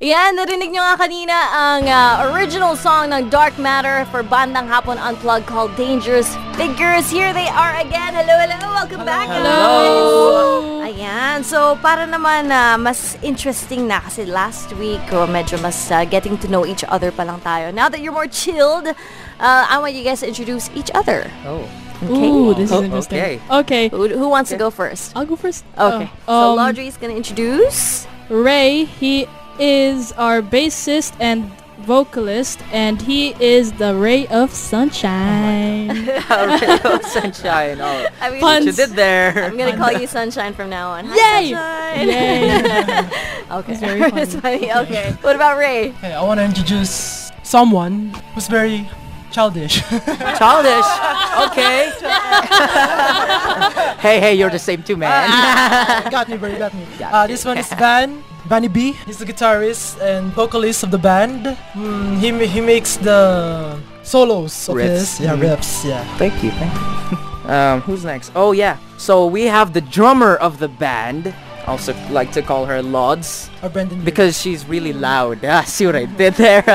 Yan, narinig nyo nga kanina ang ah, original song ng Dark Matter for Bandang Hapon Unplugged called Dangerous Figures. Here they are again. Hello, hello. Welcome back. Hello. Ayan. So, para naman na mas interesting na kasi last week, oh, medyo mas ah, getting to know each other pa lang tayo. Now that you're more chilled, uh, I want you guys to introduce each other. Oh. Okay? Ooh, this Oh, is interesting. okay. Okay, Who, who wants to go first? I'll go first. Okay. so, Oh, um, Laudrey's gonna introduce. Ray, he is our bassist and vocalist, and he is the ray of sunshine. Hello, sunshine. Oh. I mean, What Puns. you did there. I'm gonna call you Sunshine from now on. Hi, Yay! Sunshine. Yay! Okay. It's very funny. It's funny. Okay. What about Ray? Hey, I want to introduce someone who's very childish. Childish. Okay. hey, hey, you're the same too, man. Ah. got me, bro. Got me. Uh, this one is Van. Vanny B. He's the guitarist and vocalist of the band. Mm, he ma- he makes the solos of Riffs. this. Yeah, Mhm. riffs. Yeah. Thank you. Thank you. Um, who's next? Oh yeah. So we have the drummer of the band. Also like to call her Lods Or Brendan. B. because she's really loud. Ah, see what I did there.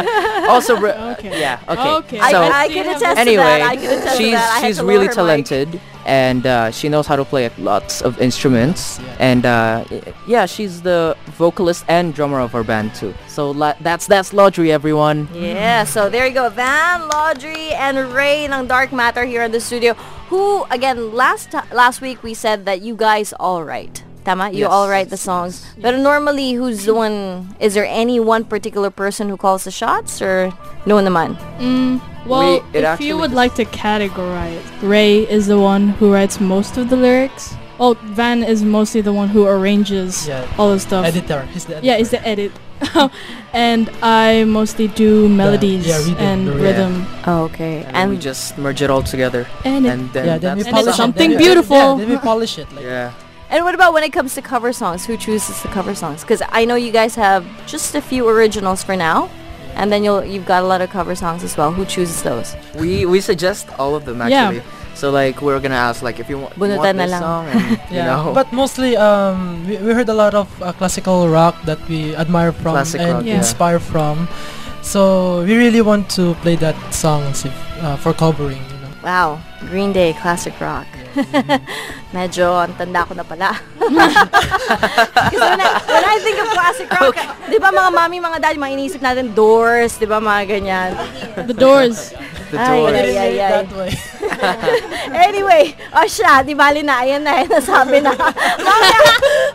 also, re- Okay. yeah. Okay. Okay. I, So I see could how attest to that. I could anyway, attest to she's that. I had she's to lower really her mic. talented and uh, she knows how to play lots of instruments. Yeah. And uh, y- yeah, she's the vocalist and drummer of our band too. So la- that's that's Laudry, everyone. Yeah. So there you go. Van, Laudrey, and Ray ng Dark Matter here in the studio. Who again? Last ti- last week we said that you guys all right. Tama, you Yes. all write the songs. But normally, who's the one? Is there any one particular person who calls the shots, or no naman? Mm, well, it if actually you just- would like to categorize, Ray is the one who writes most of the lyrics. Oh, Van is mostly the one who arranges Yeah. all the stuff. Editor. He's the editor. Yeah, it's the edit. and I mostly do melodies yeah, rhythm, and the rhythm. rhythm. Okay. Oh, And, then we just merge it all together. And, it, And then yeah, then we that's And it's polish it. the song. something Then we- beautiful. Yeah, then we polish it. Like, Yeah. And what about when it comes to cover songs? Who chooses the cover songs? Because I know you guys have just a few originals for now, and then you'll you've got a lot of cover songs as well. Who chooses those? We we suggest all of them Yeah. actually. So like we're gonna ask like if you want, you want Bunutan na this lang. song, and, you Yeah, know. but mostly um, we, we heard a lot of uh, classical rock that we admire from Classic and rock, Yeah. inspire from. So we really want to play that songs if, uh, for covering. You know. Wow, Green Day, classic rock. Medyo ang tanda ko na pala. Kasi when, I, when I think of classic rock, di ba mga mami, mga daddy, mga iniisip natin, doors, di ba mga ganyan. the doors. the Ay, door. But ay, we didn't ay, do it ay. that way. Anyway, o siya, di bali na, ayan na, ayan na, sabi na. Mamaya,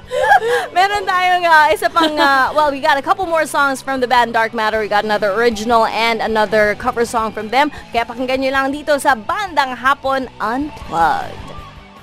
meron tayong ah, isa pang, ah, well, we got a couple more songs from the band Dark Matter. We got another original and another cover song from them. Kaya pakinggan nyo lang dito sa Bandang Hapon Unplugged.